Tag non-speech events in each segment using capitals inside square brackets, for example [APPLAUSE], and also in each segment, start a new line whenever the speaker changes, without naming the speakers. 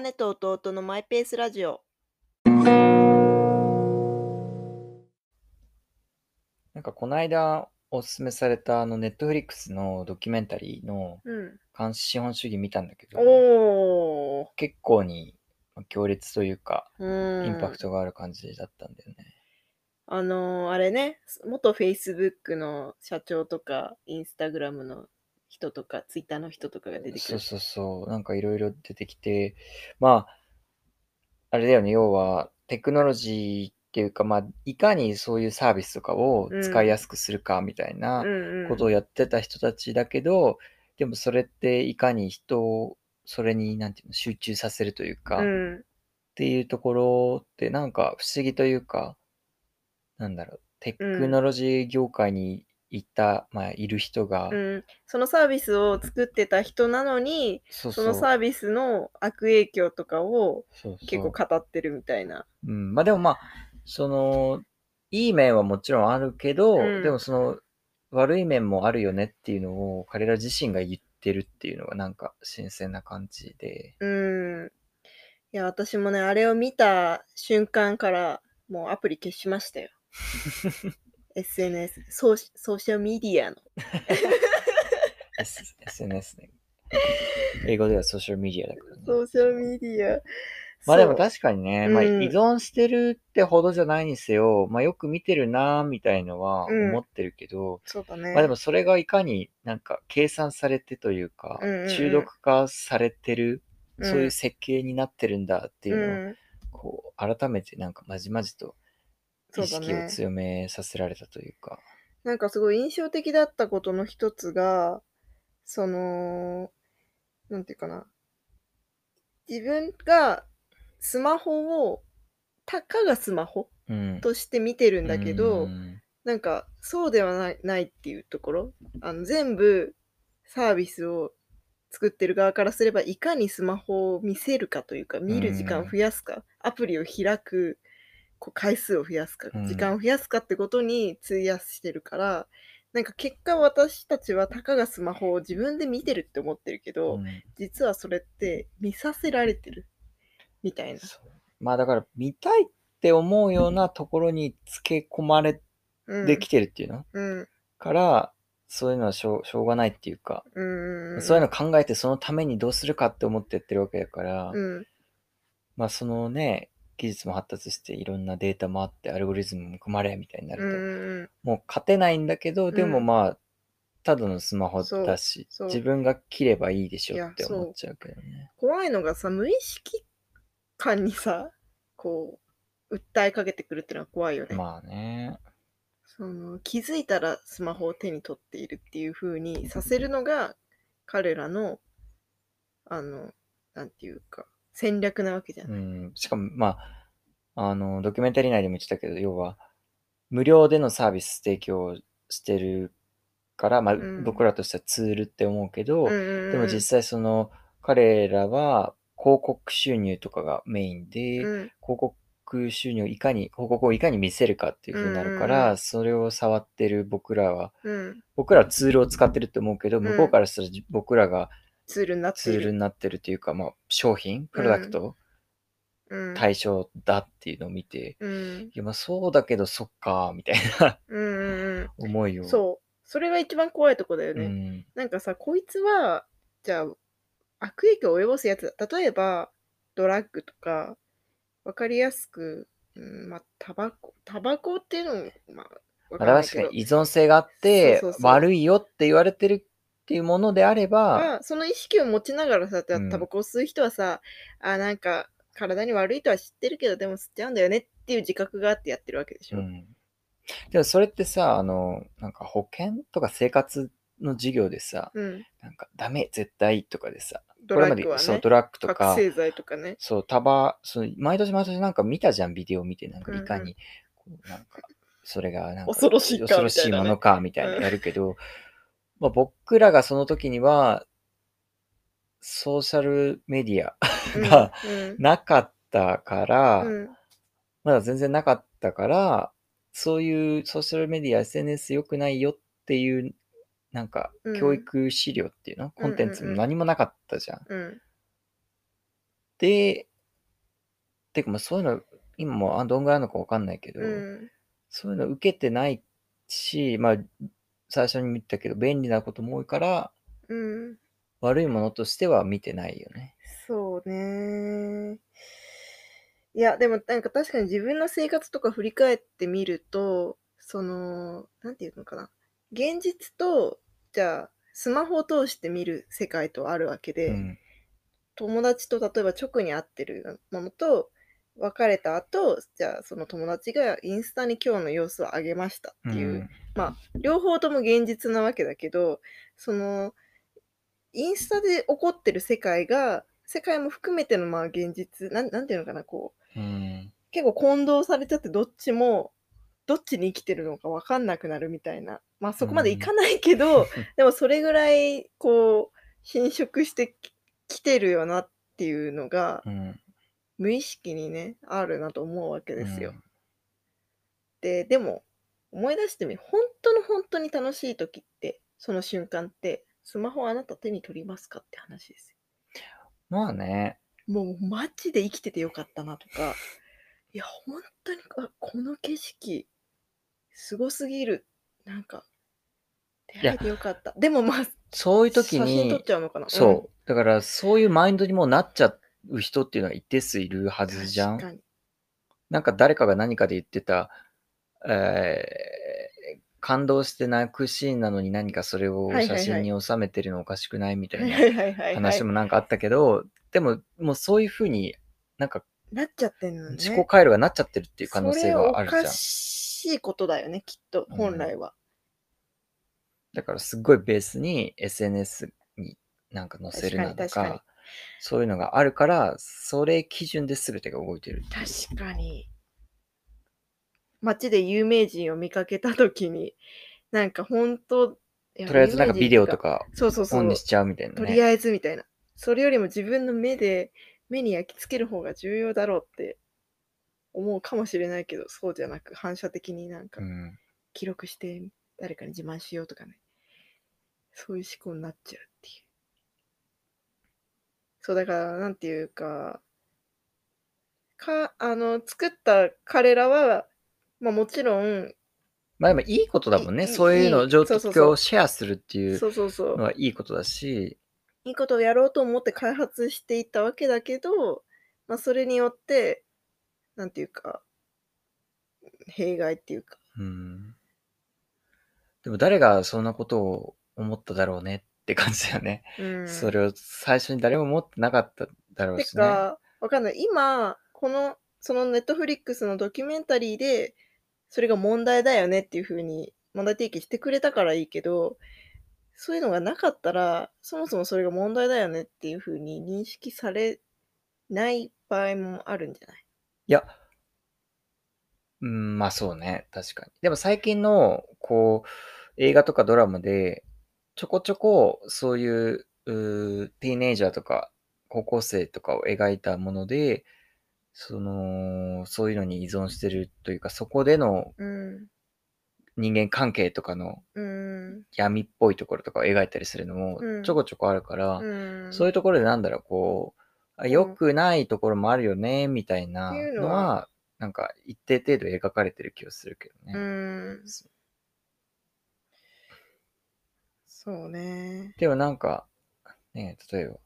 姉と弟のマイペースラジオ。
なんかこの間おすすめされたあのネットフリックスのドキュメンタリーの
うん。
監視資本主義見たんだけど、
おー。
結構に強烈というか、
うん。
インパクトがある感じだったんだよね。
あのーあれね、元 Facebook の社長とか、Instagram の人とか、Twitter の人とかが出てく
そう
る。
そうそう、なんかいろいろ出てきて、まあ、あれだよね、要はテクノロジーっていうか、まあ、いかにそういうサービスとかを使いやすくするかみたいな
うんうん
ことをやってた人たちだけど、でもそれっていかに人をそれになんていうの集中させるというか、
うん
っていうところってなんか不思議というか、なんだろう、テクノロジー業界に行った、まあ、いる人が、
うん、そのサービスを作ってた人なのに
そう
そ
そう
のサービスの悪影響とかを
そうそう
結構語ってるみたいな。
うん、まあでもまあ、その、いい面はもちろんあるけど、
うん
でもその、悪い面もあるよねっていうのを彼ら自身が言ってるっていうのがなんか新鮮な感じで。
うん。いや、私もね、あれを見た瞬間から、もうアプリ消しましたよ。SNS、ソーシソーシャルメディアの。
S- SNS ね。英語ではソーシャルメディアだからね。
ソーシャルメディア。
まあでも
そう
確かにね、
うん
まあ依存してるってほどじゃないにせよ、まあよく見てるなーみたいのは
うん
思ってるけど、
そうだね。
まあでもそれがいかになんか計算されてというか、
うんうんうん
中毒化されてる、
うん
そういう設計になってるんだっていううのを、
ん、
こう改めてなんかまじまじと
そ
意
うだ
識を
ね。
強めさせられたというか。
なんかすごい印象的だったことの一つが、その、なんていうかな。自分がスマホを、たかがスマホ
うん。
として見てるんだけど、
うん
なんかそうではないないっていうところあの全部サービスを作ってる側からすればいかにスマホを見せるかというか見る時間を増やすか、アプリを開くこう回数を増やすか、
うん
時間を増やすかってことに費やしてるからなんか結果私たちはたかがスマホを自分で見てるって思ってるけど、
うん
実はそれって見させられてるみたいな。
そうまあだから見たいって思うようなところにつけ込まれ
うん
てきてるっていうの、
うん
から、そういうのはしょうしょうがないっていうか、
うん
そういうの考えてそのためにどうするかって思ってやってるわけだから、
うん
まあそのね、技術も発達していろんなデータもあってアルゴリズムも組まれみたいにな
うんう
ると、
ん
もう勝てないんだけど、でも
うん
まあ、ただのスマホだし
そうそう、
自分が切ればいいでし
い
ょ
や
って思っちゃうけどね。
怖いのがさ無意識感にさこう訴えかけてくるってのは怖いよね、
まあね。
その気づいたらスマホを手に取っているっていう風にさせるのが彼らのあのなんていうか戦略なわけじゃん、
うん。しかもまあ、あの、ドキュメンタリー内でも言ってたけど、要は、無料でのサービス提供してるから、まあ、
うん
僕らとしてはツールって思うけど、
うんうんうん
でも実際その彼らは広告収入とかがメインで、広
うん
告収入をいかに、広告をいかに見せるかっていう風になるか
うん
ら、
うんうん
それを触ってる僕らは、
うん、
僕らはツールを使ってると思うけど、
ん
向こうからしたらじ僕らが
ツールになって
ツ
い
ー
る
ルになってるというか、まあ商品、プロダクト、
うん
対象だっていうのを見て、
うん
いやまあそうだけどそっか、みたいな
うんうん
思い
うん
を。
そうそれが一番怖いとこだよ
う
ね、
ん。
なんかさ、こいつは、じゃあ、悪影響を及ぼすやつだ。例えば、ドラッグとか、わかりやすく、うん、まあ、タバコ。タバコっていうのも、まあ、わ
ま
かん
あ
ない
確か
けど
に依存性があって
そうそう、そう
悪いよって言われてるっていうものであれば、
まあ、その意識を持ちながらさ、じゃあ
うん
タバコを吸う人はさ、あ、なんか、体に悪いとは知ってるけど、でも吸っちゃうんだよねっていう自覚があってやってるわけでし
う
ょ。
ん、でもそれってさあのなんか保険とか生活の授業でさ
うん。
なんかダメ絶対とかでさ
ドラッ
これ
グ
ま
は
でそう
ね、
ドラッグと
覚
か
醒剤とかね。
そうタバそう毎年毎年なんか見たじゃんビデオ見てなんか
うんう
い
ん
かにこうなんかそれがなんか
恐ろしいかみたいな
恐
ね
ろしいものかみたいな
うん
やるけど、まあ、僕らがその時にはソーシャルメディア [LAUGHS] が
うん。
なかったから、
うんうん
まだ全然なかったから、そういうソーシャルメディア、SNS 良くないよっていう、なんか
うん
教育資料っていうの、コンテンツも何もなかったじゃん。
うん。
で、てかまあそういうの、今もあどんぐらいあるのかわかんないけど、
うん。
そういうの受けてないし、まあ、最初に見たけど、便利なことも多いから、
うん。
悪いものとしては見てないよね。
そうね。いや、でもなんか確かに自分の生活とか振り返ってみると、その、なんていうのかな。現実と、じゃあ、スマホを通して見る世界とあるわけで、
うん。
友達と例えば直に会ってるものと別れた後じゃあその友達がインスタに今日の様子をあげましたっていう、
うん
両方とも現実なわけだけどそのインスタで起こってる世界が世界も含めてのまあ現実なんなんていうのかなこう
うん。
結構混同されちゃってどっちもどっちに生きてるのか分かんなくなるみたいなまあそこまでいかないけど、でもそれぐらいこう侵食してききてるよなっていうのが
うん。
無意識にねあるなと思うわけですよ。ででも思い出してみ本当の本当に楽しい時ってその瞬間ってスマホあなた手に取りますかって話ですよ。
まあね。
もうマジで生きててよかったなとかいや本当にあこの景色すごすぎるなんか出会えてよかったでもまあ
そういう時
写真撮
に
っ、ちゃうのかな
そう。だから、そういうマインドにもうなっちゃう人っていうのは一定数いるはずじゃん。
確かに
なんか誰かが何かで言ってた、えー感動して泣くシーンなのに何かそれを
はいはいは
写
い
真に収めてるのおかしくないみたい
は
ない
はいはいはい
話もなんかあったけど、でももうそういうふうになんか
なっちゃってんのね。
自己回路がなっちゃってるっていう可能性がある
それはおか
じゃん。
しいことだよね、きっと、
うん
本来は。
だからすっごいベースに SNS になんか載せるなと
確かに
か
確か
そういうのがあるから、それ基準で全てが動いてるってい
確
う。
かに。街で有名人を見かけたときに、なんか本当、と
とりあえずなんかビデオと。か
有名人そうそうそ
オン
う
に。しちゃうみたいな
と
ね。
りあえずみたいな。それよりも自分の目で、目に焼き付ける方が重要だろうって思うかもしれないけど、そうじゃなく、反射的になんか
うん
記録して誰かに自慢しようとかねそういう思考になっちゃうっていうそうだからなんていうかかあの作った彼らは、まあ、もちろん
まあでもいいことだもん
い
ね。
い
そういうの
いい
状
そうそうそ
況を
う
シェアするっていう
そうそうそ
の
う
はいいことだし、
いいことをやろうと思って開発していったわけだけど、まあ、それによってなんていうか弊害っていうか
うん。でも誰がそんなことを思っただろうねって感じだよね。
うん
それを最初に誰も持ってなかっただろう
て
しね。
か、わかんない。今、この、そのネットフリックスのドキュメンタリーで、それが問題だよねっていうふうに問題提起してくれたからいいけど、そういうのがなかったら、そもそもそれが問題だよねっていうふうに認識されない場合もあるんじゃない
いや、うん、まあそうね。確かに。でも最近の、こう、映画とかドラマで、ちょこちょこそういう、うーティーネイジャーとか高校生とかを描いたもので、その、そういうのに依存してるというか、そこでの
うん。
人間関係とかの
うん。
闇っぽいところとかを描いたりするのも
うん
ちょこちょこあるから、
うん。
そういうところでなんだろう、こう、あ
うん
良くないところもあるよね、みたいな
っていうの
の
は
は、なんか一定程度描かれてる気がするけど
う
ね。
ん。そうね。
でもなんか、ね、例えば、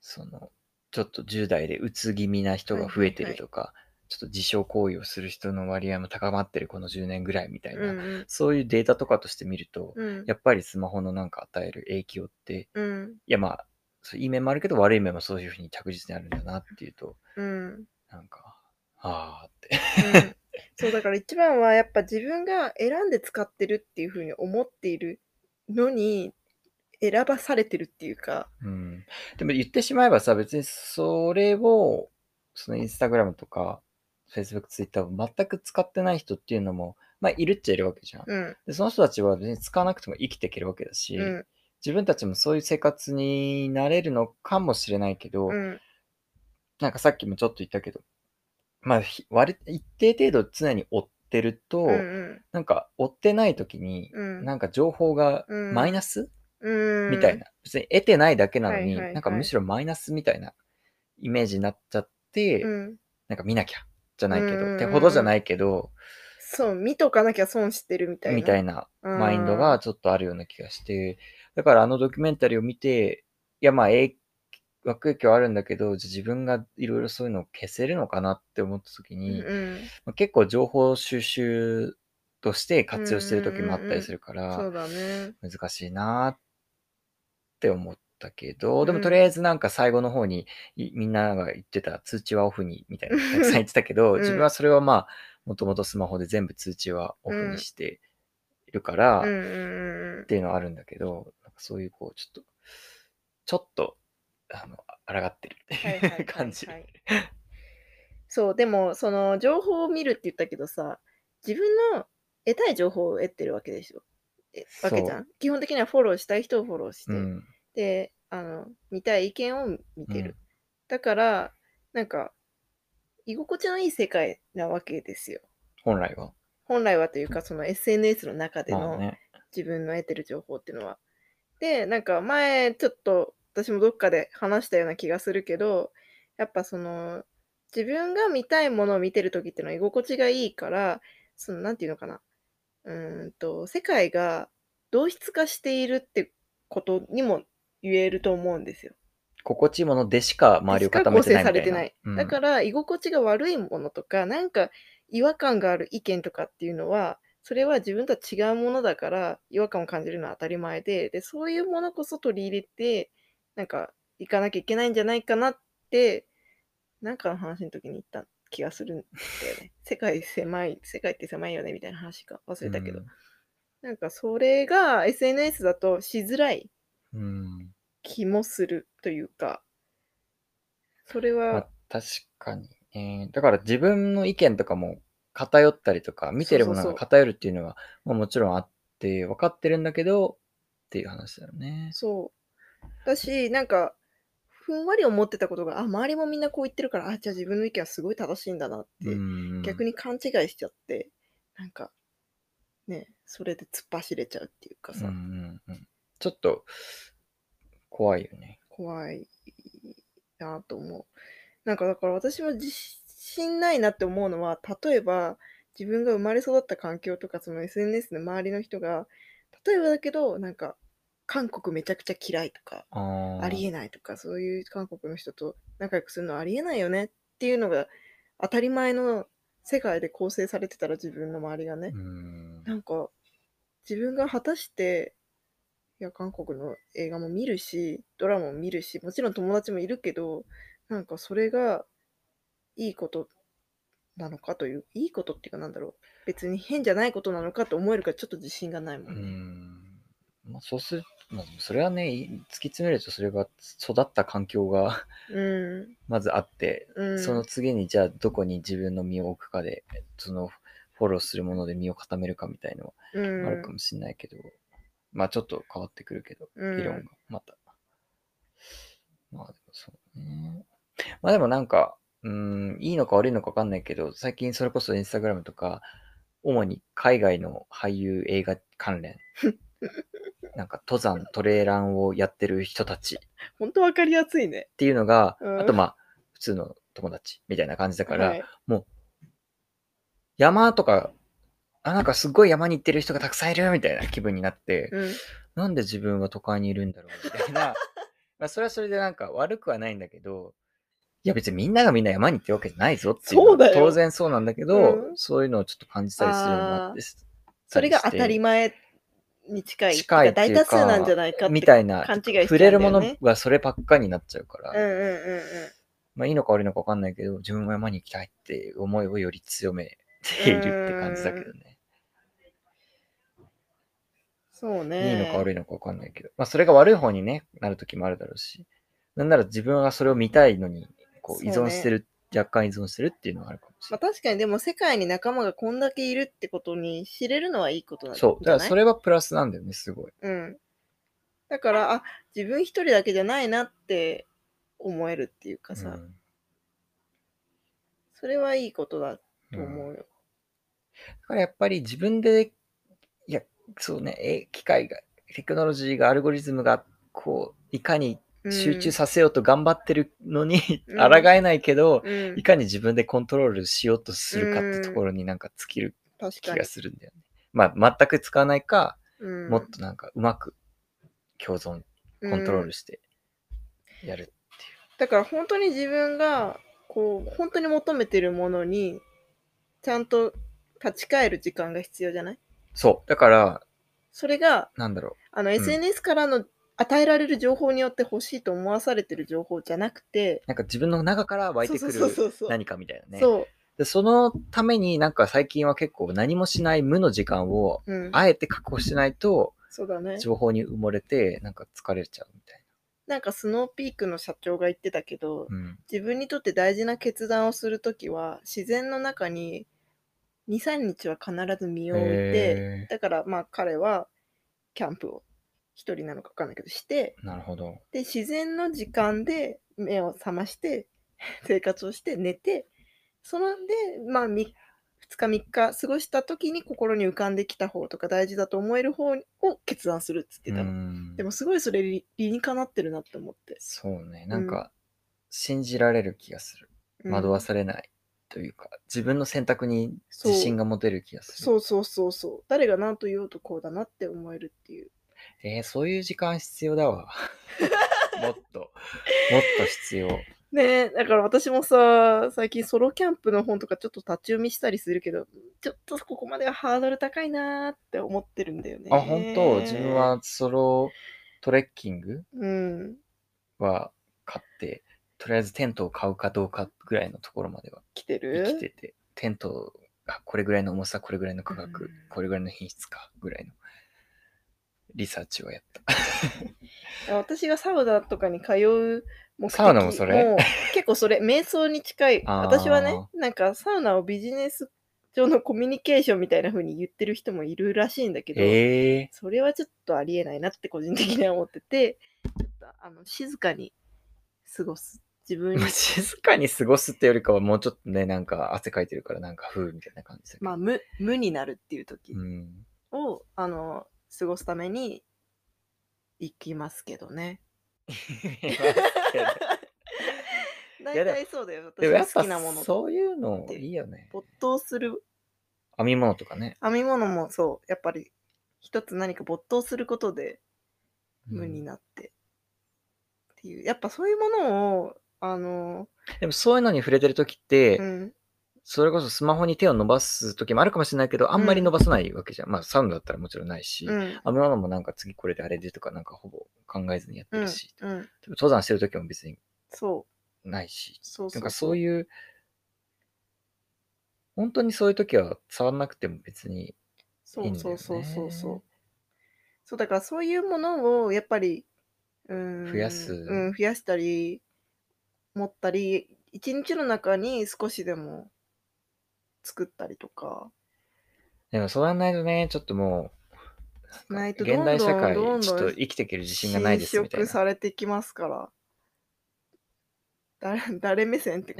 その、ちょっと10代でうつ気味な人が増えてるとか、ちょっと自傷行為をする人の割合も高まってるこの10年ぐらいみたいな、
うん。
そういうデータとかとして見ると、
うん。
やっぱりスマホのなんか与える影響って、
うん。
いやまあ、そういい面もあるけど、悪い面もそういうふうに着実にあるんだなっていうと、
うん。
なんか、あーって。
うんそうだから一番はやっぱ自分が選んで使ってるっていうふうに思っているのに選ばされてるっていうか
うん。でも言ってしまえばさ、別にそれを、そのインスタグラムとか、Facebook、Twitter を全く使ってない人っていうのも、まあ、いるっちゃいるわけじゃん。
うん
で、その人たちは別に使わなくても生きていけるわけだし、
うん
自分たちもそういう生活になれるのかもしれないけど、
うん
なんかさっきもちょっと言ったけど、まあ、ひ割り一定程度常に追ってると、
うん
なんか追ってない時に、
うん
なんか情報が
うん
マイナス、
うん
みたいな。別に得てないだけなの
はい
に、
はいはい
なんかむしろマイナスみたいなイメージになっちゃって、
うん。
なんか見なきゃじゃないけ
うんうんうんう
ど、
ん
ってほどじゃないけど、
そう、見とかなきゃ損してるみたいな。
みたいな
うん
マインドがちょっとあるような気がして、だからあのドキュメンタリーを見て、いやまあ影悪影響はあるんだけど、じゃあ自分がいろいろそういうのを消せるのかなって思った時
うん
に、
うん。
まあ結構情報収集として活用してる時もあったりするか
そ
ら
う、だね。
難しいなって思ったけど、で
う
も
ん
とりあえずなんか最後の方にいみんなが言ってた通知はオフにみたいなたくさん言ってたけど、
うん
自分はそれはまあ、もともとスマホで全部通知はオフにしているから、
うんう
っ
んうん。
ていうのはあるんだけど、なんかそういうこう、ちょっと、ちょっと、あの、抗ってるって
はいはいはい
い
は
う
い
感じ。
そう、でも、その、情報を見るって言ったけどさ、自分の得たい情報を得てるわけでしょ。えわけじゃん。基本的にはフォローしたい人をフォローして、
うん。
で、あの、見たい意見を見てる。
うん
だから、なんか、居心地のいい世界なわけですよ。
本来は。
本来はというか、その SNS の中で
まあ
の
ね。
自分の得てる情報っていうのは。で、なんか前、ちょっと私もどっかで話したような気がするけど、やっぱその、自分が見たいものを見てる時っていうのは居心地がいいから、その、なんていうのかな。うーんと、世界が同質化しているってことにも言えると思うんですよ。
心地いいものでしか周りを固めてないみたいな。
しか構成されてない。
うん
だから、居心地が悪いものとか、なんか違和感がある意見とかっていうのは、それは自分とは違うものだから、違和感を感じるのは当たり前で、で、そういうものこそ取り入れて、なんか、行かなきゃいけないんじゃないかなって、なんかの話の時に言った気がするんだよ
[LAUGHS]
ね。世界狭い、世界って狭いよね、みたいな話か。忘れたけど。なんか、それが SNS だとしづらい
うん。うん
気もするというか、それ
ま
は
あ、確かに、ね。だから自分の意見とかも偏ったりとか、見てるもの
そう
が
そうそう
偏るっていうのは、まあ、もちろんあって、分かってるんだけど、っていう話だよね。
そう。だし、なんか、ふんわり思ってたことが、あ、周りもみんなこう言ってるから、あ、じゃあ自分の意見はすごい正しいんだなって、
ん
逆に勘違いしちゃって、なんか、ね、それで突っ走れちゃうっていうか
うん
さ、
うんうんちょっと、怖いよね。
怖いなと思う。なんかだから私も自信ないなって思うのは、例えば自分が生まれ育った環境とか、その SNS の周りの人が、例えばだけど、なんか、韓国めちゃくちゃ嫌いとか、
あ
あり
え
えないとかそういう韓国の人と仲良くするのはありえないよねっていうのが当たり前の世界で構成されてたら自分の周りがね、
うん。
なんか自分が果たしていや韓国の映画も見るしドラマも見るしもちろん友達もいるけどなんかそれがいいことなのかといういいことっていうかなんだろう別に変じゃないことなのかと思えるかちょっと自信がないも
うん
ね、
んまあ、そうする、まあ、それはね、い突き詰めると、それが育った環境が [LAUGHS]
うん
まずあって、
うん、
その次にじゃあどこに自分の身を置くかで、そのフォローするもので身を固めるかみたいの
うん
はあるかもしれないけど、まあちょっと変わってくるけど、
うん
議論がまた。まあでもそうね。まあでもなんか、うん、いいのか悪いのか分かんないけど、最近それこそインスタグラムとか、主に海外の俳優映画関
[LAUGHS]
連、なんか登山、トレーランをやってる人たち
本当わかりやすいね
っていうのが、
うん
あとまあ、普通の友達みたいな感じだから、
はい
山とか、あ、なんかすごい山に行ってる人がたくさんいるみたいな気分になって、
うん
なんで自分は都会にいるんだろうみたいな。 [LAUGHS] まあそれはそれでなんか悪くはないんだけど、いや別にみんながみんな山に行ってるわけじゃないぞっていうのは
そうだよ
当然そうなんだけど、
うん
そういうのをちょっと感じたりするようになって。
それが当たり
前
前に近い。
近いってい
大
うか
多数なんじゃないかって。
みたいな。
勘違いしちゃうんだよね
触れるものがそればっかりになっちゃうから、
うんうんうん
まあいいのか悪いのか分かんないけど、自分も山に行きたいって思いをより強めているって感じだけどね。
うん。そうね。
いいのか悪いのか分かんないけど、まあ、それが悪い方に、ね、なる時もあるだろうし、なんなら自分がそれを見たいのにこ
そううね
依存してる、若干依存してるっていうのがあるかもし
まあ
れ
確かにでも世界に仲間がこんだけいるってことに知れるのはいいことな
なんい。
じゃない
そ、
う
だからそれはプラスなんだよね、すごい。
うん。だから、あ、自分一人だけじゃないなって思えるっていうかさ、
うん
それはいいことだと
うん
思うよ。
だからやっぱり自分で、いや、そうね、え機械が、テクノロジーが、アルゴリズムが、こう、いかに
うん
集中させようと頑張ってるのに、
うん
[LAUGHS] 抗えないけど、
うん
いかに自分でコントロールしようとするかってところになんか尽きる
確
気
かに
が。するんだよね。まあ、全く使わないか、
うん
もっとなんかうまく共存、コントロー
うん
ルしてやる。
だから本当に自分がこう本当に求めてるものにちゃんと立ち返る時間が必要じゃない
そう。だから、
それが
なんだろ
あの
ん
SNS からの与えられる情報によって欲しいと思わされてる情報じゃなくて
う、なんか自分の中から湧いてく
そう
る
そうそうそう
何かみたいなね。
そ
でそのためになんか最近は結構何もしない無の時間を
う、うん、
あえて確保しないと
そうだね
情報に埋もれてなんか疲れちゃうみたい
なんかスノーピークの社長が言ってたけど、
な。うん。
自分にとって大事な決断をするときは自然の中に23日は必ず身を置いて
へ
だからまあ彼はキャンプを一人なのか分かんないけどして
ーなるほど。
で自然の時間で目を覚まして [LAUGHS] 生活をして寝てそのでまあ2日3日過ごした時に心に浮かんできた方とか大事だと思える方を決断するっつってたの、
うん
でもすごいそれ理理にかなってるなって思って、
そうね。なんか信じられる気がする。
うん
惑わされないというか、自分の選択に
そう
自信が持てる気がする。
そうそうそうそう誰が何と言おうとこうだなって思えるっていう
えーそういう時間必要だわ。
[LAUGHS]
もっと、もっと必要。
ねえだから私もさ最近ソロキャンプの本とかちょっと立ち読みしたりするけどちょっとここまではハードル高いなーって思ってるんだよね
あ、本当自分はソロトレッキング
うん
は買って、とりあえずテントを買うかどうかぐらいのところまでは
来てる
生きてて、テントがこれぐらいの重さ、これぐらいの価格、
うん
これぐらいの品質か、ぐらいのリサーチをやった。
私がサウナとかに通う目的
サウナもそれ
う結構それ瞑想に近い
あー
私はねなんかサウナをビジネス上のコミュニケーションみたいな風に言ってる人もいるらしいんだけど、
ええ
それはちょっとありえないなって個人的には思っててちょっとあの静かに過ごす自分に
まあ静かに過ごすってよりかはもうちょっとね、なんか汗かいてるからなんかふうみたいな感じだけど。
まあ無無になるっていう時 [LAUGHS]
うん。
を、あの過ごすために行きますけどね。大
やでも
体そうだよ
でもやっ
私の
ぱ
好きなもの
そういうのいいよね。
没頭する
編み物とかね。
編み物もそうやっぱり一つ何か没頭することで
うん
無になって、っていうやっぱそういうものをあの、
でもそういうのに触れてる時って、
うん、
それこそスマホに手を伸ばす時もあるかもしれないけど、あんまり伸ばさないわけじゃん。まあサウンドだったらもちろんないし、
うん
編み物もなんか次これであれでとかなんかほぼ考えずにやって
うん
るし、
うん、
登山してる時も別に
そう
ないし、
そうそう
なんかそういう、本当にそういう時は触んなくても別に、
そう
いいんだ
そ
よ
う
ね
そうそうそうそうだからそういうものをやっぱりうーん
増やす
うん、増やしたり持ったり一日の中に少しでも作ったりとか
でもそうやんないとね、ちょっともう、
ないとど
現
んどん
代社会、ち
ど
ょ
ん
っ
どん
と生きていける自信がないですみたい
侵食
な。
されてきますから誰誰目線ってい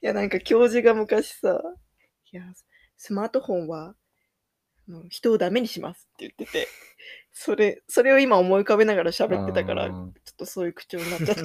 やなんか教授が昔さいやスマートフォンはあの人をダメにしますって言っててそれそれを今思い浮かべながら喋ってたから
うん
ちょっとそういう口調になっちゃった。